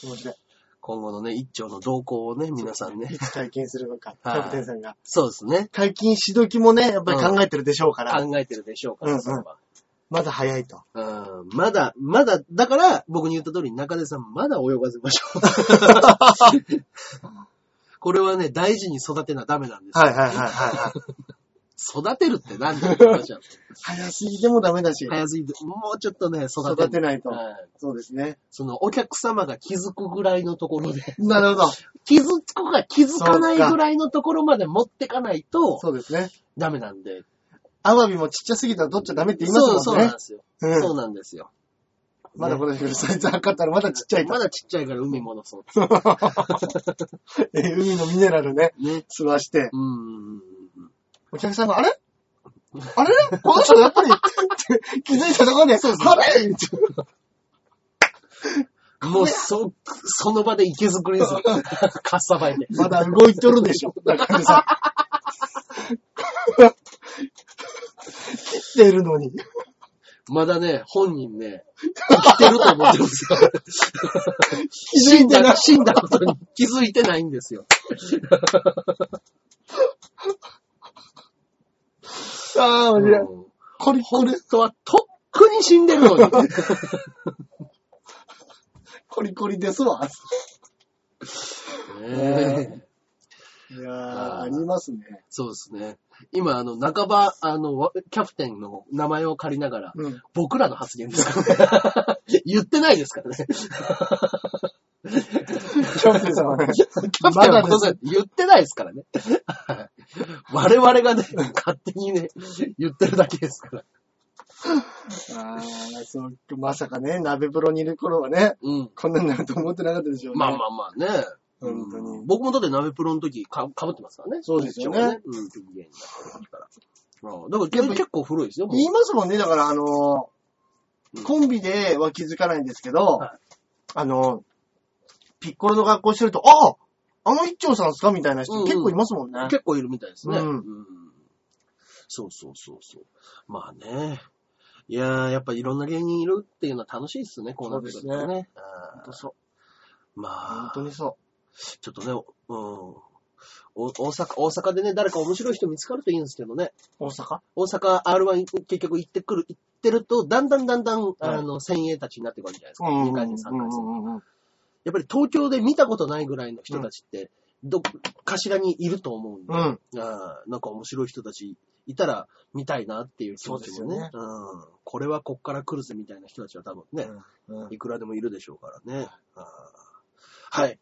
面白い。今後のね、一丁の動向をね、皆さんいね。つ解禁するのか、キはいャプテンさんが。そうですね。解禁し時もね、やっぱり考えてるでしょうから、考えてるでしょうから、うんうんそれはまだ早いと。うんまだ、まだ、だから、僕に言った通り、中根さん、まだ泳がせましょう。 これはね、大事に育てなダメなんですよはいはいはいはいはい。育てるって何だって 話なんですよ早すぎてもダメだし、早すぎて、もうちょっとね、育て育てないないと。はいそうですね。その、お客様が気づくぐらいのところで、なるほど。気づくか気づかないぐらいのところまで持ってかないと、そうですね。ダメなんで。アワビもちっちゃすぎたら取っちゃダメって言いますもんそうそうね。なんですよ。うんそうなんですよ。まだこのサイズ測ったらまだちっちゃい とま。だちっちゃいから海戻そう。 えー海のミネラルね、ね。吸わして。うんうんうんうん。お客さんが、あれあれこの人やっぱりって気づいたところで、あれもう、そ、その場で池作りです よ。かっさばいて。まだ動いとるでしょ。だからさ。切っているのに。まだね、本人ね、生きてると思ってるんですよ。気づ 死いんてなだ、い。死んだことに気づいてないんですよ。ああ、う面白い。んこれ、こ本れ、当はとっくに死んでる のに。コリコリですわ。ねえいやーあーありますね。そうですね。今、あの、半ば、あの、わキャプテンの名前を借りながら、うん。僕らの発言です からね。言ってないですからね。キャプテンさんはね、キャプテンはこの際言ってないですから ね。はい我々がね、勝手にね、言ってるだけですから。ああ、そう、まさかね、鍋風呂にいる頃はね、うん。こんなになると思ってなかったでしょうね。まあまあまあね。本当にうん僕もだって鍋プロの時かかぶってますからね。そうですよね一応うん、ピン芸人だった時から。ああだから結構古いですよ、もう言いますもんね、だからあのうん、コンビでは気づかないんですけど、はいあの、ピッコロの学校してると、ああの一丁さんですかみたいな人うんうん結構いますもんね。結構いるみたいですね。うんんそうそうそうそう。まあね。いやー、やっぱいろんな芸人いるっていうのは楽しいですね、こうなってくるそとうでね。本あ当そう。ーま本あ当、にそちょっとね、うん。お大阪、大阪でね、誰か面白い人見つかるといいんですけどね。う。大阪大阪 R1 結局行ってくる、行ってると、だんだんだんだん、あの、先鋭たちになってくるじゃないですか。2回戦、3回戦。うんうんやっぱり東京で見たことないぐらいの人たちって、どっかしらにいると思うんで、うん。あーなんか面白い人たちいたら見たいなっていう気持ちもね。そうですうん。これはこっから来るぜみたいな人たちは多分ね、うんうんいくらでもいるでしょうからね。あーはい。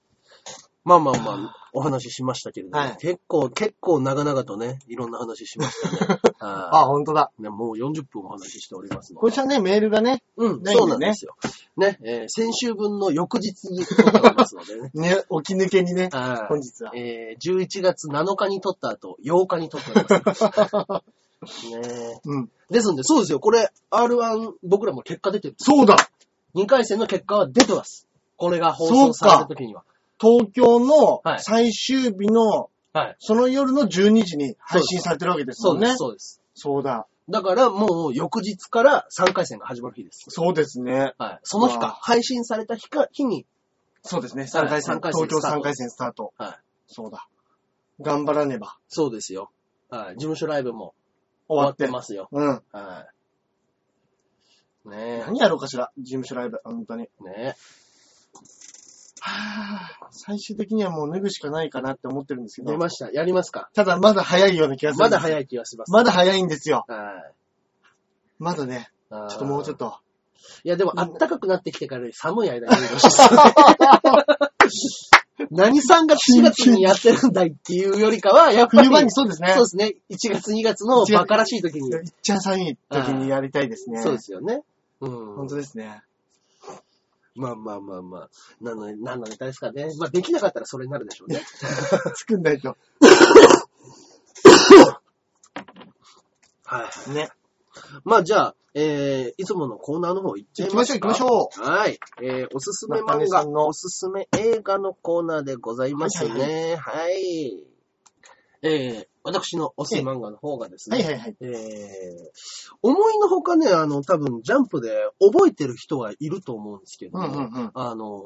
まあまあまあ、お話ししましたけれども、はい結構、結構長々とね、いろんな話しました ね。ああ、本当だ。ーねもう40分お話ししておりますのでこちらね、メールがね、うん、ないんでねそうなんですよ。ね、えー先週分の翌日に撮っておりますの でね。ね、起き抜けにね、はい本日は。えー、11月7日に撮った後、8日に撮っております。 ねうん。えですんで、そうですよ。これ、R1、僕らも結果出てる。そうだ2回戦の結果は出てます。これが放送された時には。東京のはい最終日の、はい。その夜の12時に配信されてるわけですそもうんでね。す、そうです。そうだ。だから、もう、翌日から3回戦が始まる日です。そうですね。はい。その日うわか、配信された日か、日に、そうですね。はい3回戦、三回戦東ス京タート3回戦スタート。はい。そうだ。頑張らねば。そうですよ。はい。事務所ライブも終終わわっってて。ますよ。うん。はい。ね何やろうかしら、事務所ライブ、本当に。え。ねはぁ、最終的にはもう脱ぐしかないかなって思ってるんですえ。けど出。ました。やりますか。ただまだ早いような気がする。まだ早い。い気がします。まだ早いんですよ。はい。まだね。ちょちょっともうちょっと。いや、でも、暖かくなってきてからより寒い間にやりました。 何さんが4月にやってるんだいっていうよりかは、やっぱり、冬場にそうですね。そうですね。1月、2月のバカらしい時に。いっちゃ寒い時にやりたいですね。そうで。すよね。うん。本当で すね。まあまあまあまあ。なので、何のネタですかね。まあ、できなかったらそれになるでしょうね。作んないと。はい。ね。まあじゃあ、えー、いつものコーナーの方行っちゃ行いきまましすょうか行きましょう。はい。えー、おすすめ中漫根さ画んのおすすめ映画のコーナーでございますね。はいえー、私のおすすめ漫画の方がですね、はいはいはい。えー、思いのほかね、あの、多分、ジャンプで覚えてる人はいると思うんですけどうんも、うんうん。あの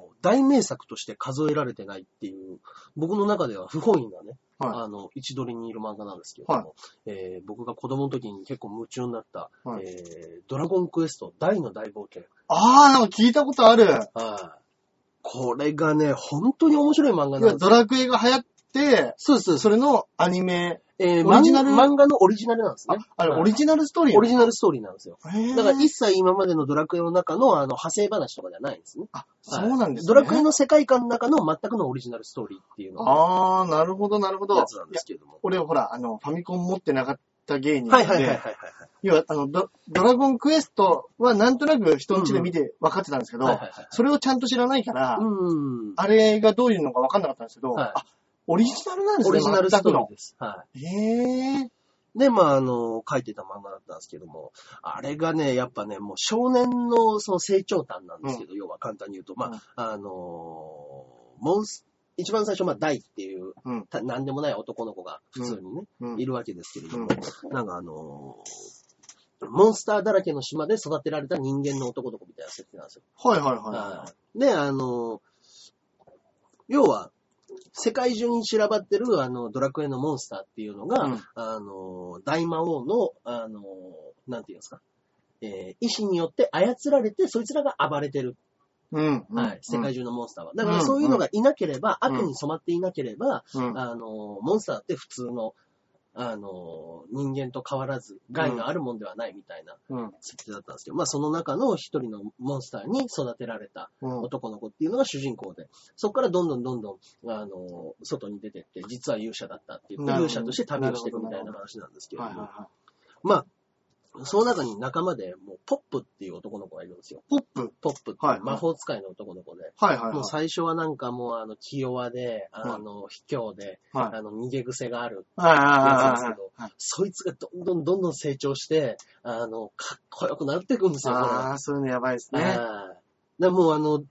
ー大名作として数えられてないっていう、僕の中では不本意なね、はあの、位置取りにいる漫画なんですけれども、えー僕が子供の時に結構夢中になった、はいえードラゴンクエスト大の大冒険。あー、なんか聞いたことある。はいこれがね、本当に面白い漫画いやなんですドよ。ラクエが流行って、そうですそうです。それのアニメ、えーオリジナル漫漫画のオリジナルなんですね。あれ、はいオリジナルストーリーオリジナルストーリーなんですよ。ナだから一切今までのドラクエの中のあの派生話とかじゃないんですね。あ、そはいうなんですね。ドラクエの世界観の中の全くのオリジナルストーリーっていうのがあー、なるほど、なるほど。いやつなんでやすけれども。俺、ほら、あの、ファミコン持ってなかった芸人で。はいはいはいはいはい。要は、あのド、ドラゴンクエストはなんとなく人んちで見て分かってたんですけどはいはいはい、それをちゃんと知らないから、うん。あれがどういうのか分かんなかったんですけど、はいあ、オリジナルなんですオね。リジナルストーリー全です。はくの。へえ。い。で、まあ、あの、書いてた漫画だったんですけども、あれがね、やっぱね、もう少年のその成長端なんですけど、要は簡単に言うと、まあ、あのーモンス、一番最初、まあ、ダイっていう、うんたなんでもない男の子が普通にね、うんいるわけですけれども、うなんかあのーモンスターだらけの島で育てられた人間の男の子みたいな設定なんですよ。はいはいははいで、あの、要は、世界中に散らばってる、あの、ドラクエのモンスターっていうのが、うんあの、大魔王の、あの、なんていうんですか、えー意志によって操られて、そいつらが暴れてるい。うん。うんはい。世界中のモンスターは。だからうんそういうのがいなければ、ん悪に染まっていなければ、うん。あの、モンスターって普通の、あの、人間と変わらず、害があるもんではないみたいなうん。設定だったんですけど、まあその中の一人のモンスターに育てられたうん。男の子っていうのが主人公で、そこからどんどんどんどん、あの、外に出てって、実は勇者だったって言って、なるほ勇者どとして旅をしていくみたいな話なんですけれはいどはいも、はまあ、その中に仲間で、もう、ポップっていう男の子がいるんですよ。い。ポップ。ポップってはい魔法使いの男の子で。はいはいもはうい。最初はなんかもうあの、気弱で、あの、卑怯で、はいあの、逃げ癖がある。はいやつなんはいですけどはい。そいつがどんどんどんどん成長して、あの、かっこよくなっていくんですよ、これ。ああ、そういうのやばいですね。ああでもうあの、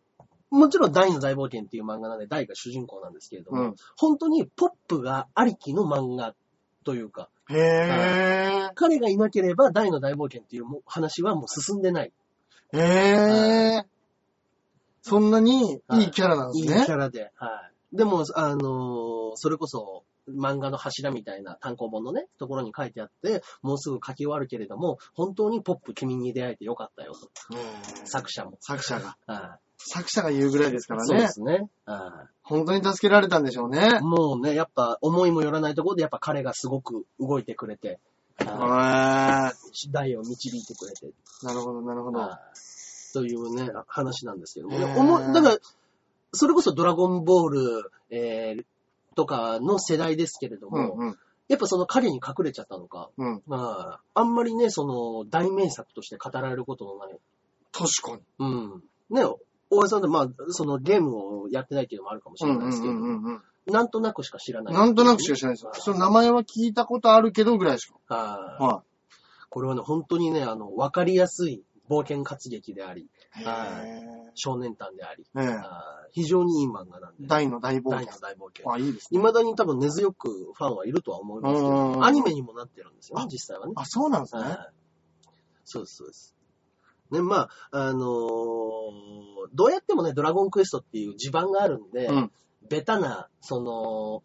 もちろん大の大冒険っていう漫画なんで、大が主人公なんですけれども、うん本当にポップがありきの漫画というか、へえ。彼がいなければ大の大冒険っていうも話はもう進んでない。へえ。そんなにいいキャラなんでいいすキね。ャラで。はい。でも、あのーそれこそ、漫画の柱みたいな単行本のね、ところに書いてあって、もうすぐ書き終わるけれども、本当にポップ君に出会えてよかったよと、うん作者も。作者が。は作者が言うぐらいですかいらそうでね。すね。はい本当に助けられたんでしょうね。へもうね、やっぱ思いもよらないところでやっぱ彼がすごく動いてくれて、え。あな台を導いてくれて、るほど、なるほど。あというね、話なんですけども、ねへー思いだから、それこそドラゴンボール、えーとかの世代ですけれども、うんうん。やっぱその彼に隠れちゃったのか、うん。まあ、あんまりね、その大名作として語られることのない、確かに。うん。ね、大江さんで、まあ、そのゲームをやってないっていうのもあるかもしうれんなういですんけうど、んうん。なんとなくしか知らない。なんとなくしか知らないですよ。その名前は聞いたことあるけどぐらいしか。はいはこれはね、本当にね、あの、わかりやすい冒険活劇であり、い。へはい少年探であり、え。ええ。あー非常にいい漫画なんで、大の大冒大険の。大冒険。あ、いいですね。未だに多分根強くファンはいるとは思いますけうんうんうど、んアニメにもなってるんですよねあ、実際はね。あ、そうなんですね。はいそうです、そうです。ね、まあ、あのーどうやってもね、ドラゴンクエストっていう地盤があるんで、うんベタな、その、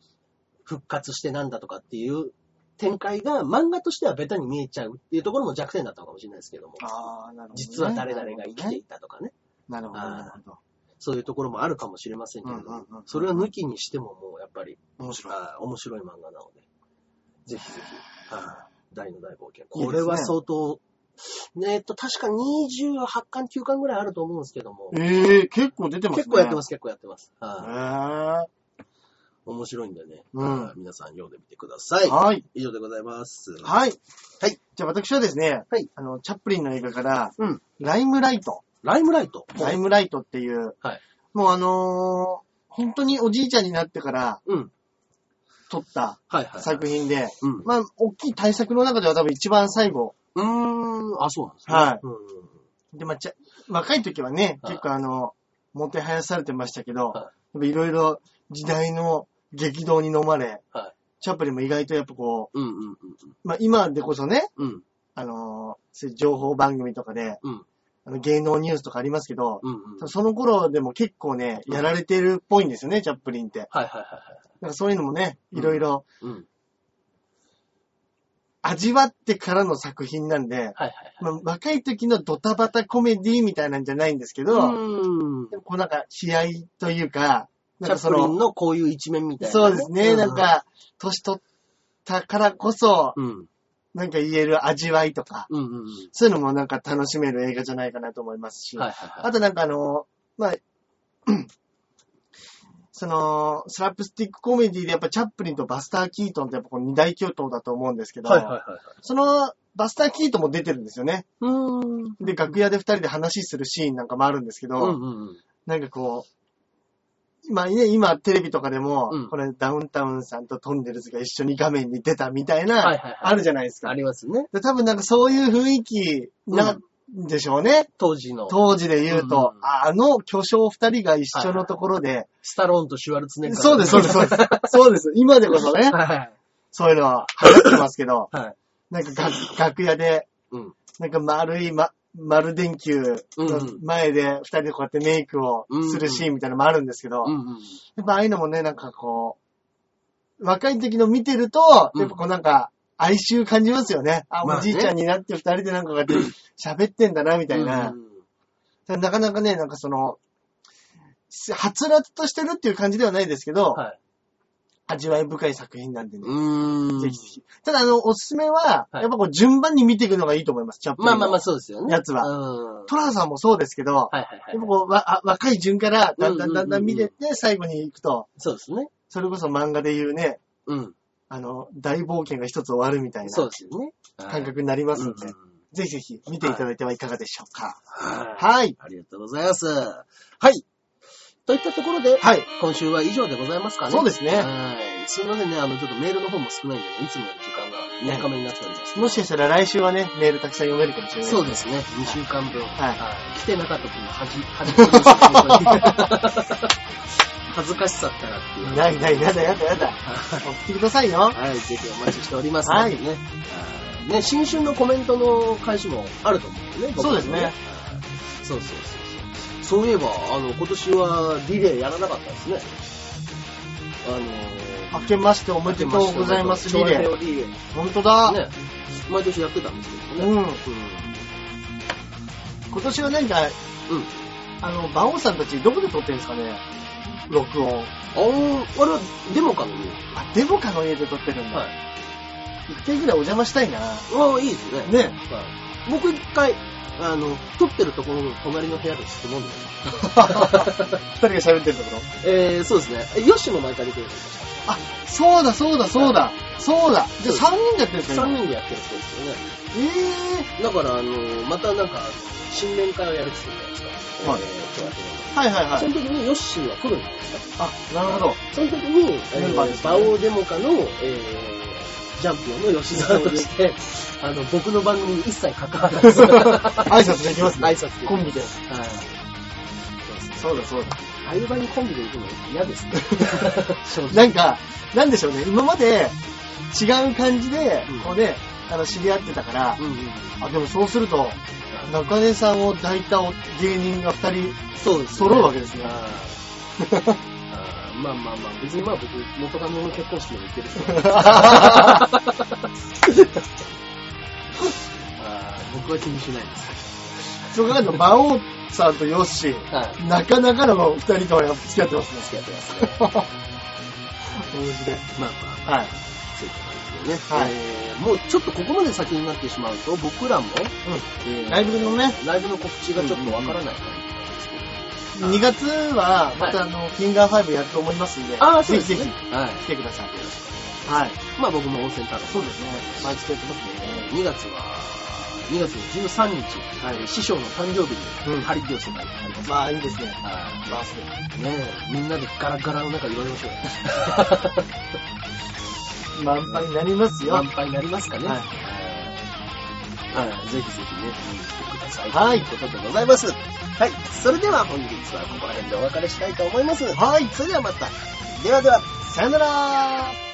復活してなんだとかっていう展開が漫画としてはベタに見えちゃうっていうところも弱点だったのかもしれないですけども。ああ、なるほどね。実は誰々が生きていいたとかね、なるほど、なるほど。そういうところもあるかもしれませんけれど、うんうんうんそれは抜きにしてももうやっぱり、面白い。あー面白い漫画なので、ぜひぜひ、あー大の大冒険。いいですねこれは相当、ねえっと、確か28巻、9巻ぐらいあると思うんですけども、ええ結構出てますね。。結構やってますす、結構やってます。えはいえ面白いんでね、うんあー皆さん読んでみてください。はい。以上でございます。はい。はい。じゃあ私はですね、はいあの、チャップリンの映画から、うんライムライト、ライムライト。ライムライトっていう、はいもうあのー本当におじいちゃんになってからうん。撮ったはいはい、はい。作品で、うん。まあ、大きい大作の中では多分一番最後。うーん、あ、そうなんですね。はいうんうんで、まあ、ちゃ若い時はね、はい結構あの、もてはやされてましたけど、はいろいろ時代の激動に飲まれ、はいチャップリンも意外とやっぱこうん。うんうんう、まあ、今でこそね、うん。うん。あのーそういう情報番組とかで、うんあの芸能ニュースとかありますけど、うんうん。その頃でも結構ね、やられてるっぽいんですよね、チャップリンって。はいはいはいはい。なんかそういうのもね、うんいろいろうん。味わってからの作品なんで、はいはいまあ、若い時のドタバタコメディみたいなんじゃないんですけはい。ど、うんで。もこうなんか悲哀というか、なチャんかッそプリンの、のこういう一面みたいな。そうですね、うなん。か、年取ったからこそ、うん。なんか言える味わいとか、うんうんそういうのもなんか楽しめる映画じゃないかなと思いますうし、ん。はいはいはあい。となんかあの、まあ、 その、スラップスティックコメディでやっぱチャップリンとバスター・キートンってやっぱこの二大巨頭だと思うんですけど、はいはいはいはい。そのバスター・キートンも出てるんですよね。うーん。で、楽屋で二人で話するシーンなんかもあるんですけど、うんうんうん。なんかこう、まあね、今テレビとかでも、うんこれダウンタウンさんとトンネルズが一緒に画面に出たみたいな、はいはいはいあるじゃないですかあ。りますね。で多分なんかそういう雰囲気なんでしょうね。当時の当時で言うと、うんあの巨匠二人が一緒のところで、スタローンとシュワルツェネッガー。そうです、 そうです、そうです。そうです。今でこそね、はいはい。そういうのは流行ってますけど、はい。なんか楽楽屋で、うん。なんか丸い、ま、丸電球の前で二人でこうやってメイクをするシーンみたいなのもあるんですけど、うんうん。やっぱああいうのもね、なんかこう、若い時の見てると、うんやっぱこうなんか、哀愁感じますよね。あ、まあねおじいちゃんになって二 人でなんかこうやって喋ってんだな、みたいな。うんうんなかなかね、なんかその、はつらつとしてるっていう感じではないですけど、はい。味わい深い作品なんでね。うーんぜひぜひ。ただ、あの、おすすめは、はいやっぱこう、順番に見ていくのがいいと思います、チャップリまあンのまあまあ、そうですよね。やつはうん。トラさんもそうですけど、はいはいはいやっ。ぱこう、わあ若い順から、だんだんだんだん見てって、最後に行くと、そうですね。それこそ漫画で言うね、うん。あの、大冒険が一つ終わるみたいなそうですよね。はい感覚になりますので、うんぜひぜひ見ていただいてはいかがでしょうか。はい。はい。ありがとうございます。はい。といったところで、はい。今週は以上でございますかね。そうですね。はい。すいませんね、あの、ちょっとメールの方も少ないんでね、いつもより時間が短めになっております。もしかしたら来週はね、メールたくさん読めるかもしれない。そうですね、2週間分。はい来てなかった時の恥、 恥ずかしさ。恥ずかしさったらっていう。ないない、やだやだやだ。送ってくださいよ。はい、ぜひお待ちしておりますのでね。はい。ね、新春のコメントの開始もあると思うんでね、僕そうですねはいそうそうそうそう。そういえば、あの、今年はリレーやらなかったですね。あの明けましておめでとうございます、リレー。ー。リレー。ね、本当だ。毎年やってたんですけどうね。ん。今年はなんか、うん。あの、馬王さんたちどこで撮ってるんですかね録音。ああ、あれはデモかのね。あ、デモカの家で撮ってるんだ。い。一、回ぐらいお邪魔したいな。ああ、いいですね。ね。 はい僕一回、あの、撮ってるところの隣の部屋で質問です。二人が喋ってるところ。えー、そうですね。ヨッシーも毎回出てる。あ、そうだそうだそうだ。そうだ。じゃあ三人でやってるんですか3今人でやってるんですよね。ええだから、あの、またなんか、新年会をやるって言ってたじゃないですか。はいえー今日やってるー。はいはいはそい。の時にヨッシーは来るんですね。あ、なるほど。その時に、えメンーバーですねバオーデモカの、えー、ジャンピオンの吉沢として、あの、僕の番組に一切関わらず、 挨拶できます挨ね。拶コンビで。はい。そうだそうだ。ああいう場にコンビで行くの嫌ですね。正直。なんか、なんでしょうね。今まで違う感じでうん、こうね、あの、知り合ってたから、うんうん。あ、でもそうすると、中根さんを抱いた芸人が二人、 そうです、揃うわけですねあーあーまあまあまあ、別にまあ僕、元カノの結婚式にも行って るし。あー僕は気にしないです。そこからの馬王さんとヨッシはい。ー、なかなかの二人とはやっぱ付き合っ てますね。付き合ってますね。面白い。まあまあ、はい。そういうことですよね。はいえーもうちょっとここまで先になってしまうと、僕らも、えーライブのね、ライブの告知がちょっとわからない感じなんですけど。 2月は、またあの、フィンガー5やると思いますんで、ああ、そうぜでひすぜひね。はい。来てください。はい。まあ僕も温泉太郎。そうですね。毎月やってますね。 2月は、2月13日、はい師匠の誕生日うにんパリッと世界にあります。まあ、いいですね。はいバースデー。ねえ、みんなでガラガラの中言われましょう。 満杯になりますよ。満杯になりますかね。はいはい。ぜひぜひね、見に来てください。はいということでございます。はい。それでは本日はここら辺でお別れしたいと思います。はい、それではまた。ではでは。さよなら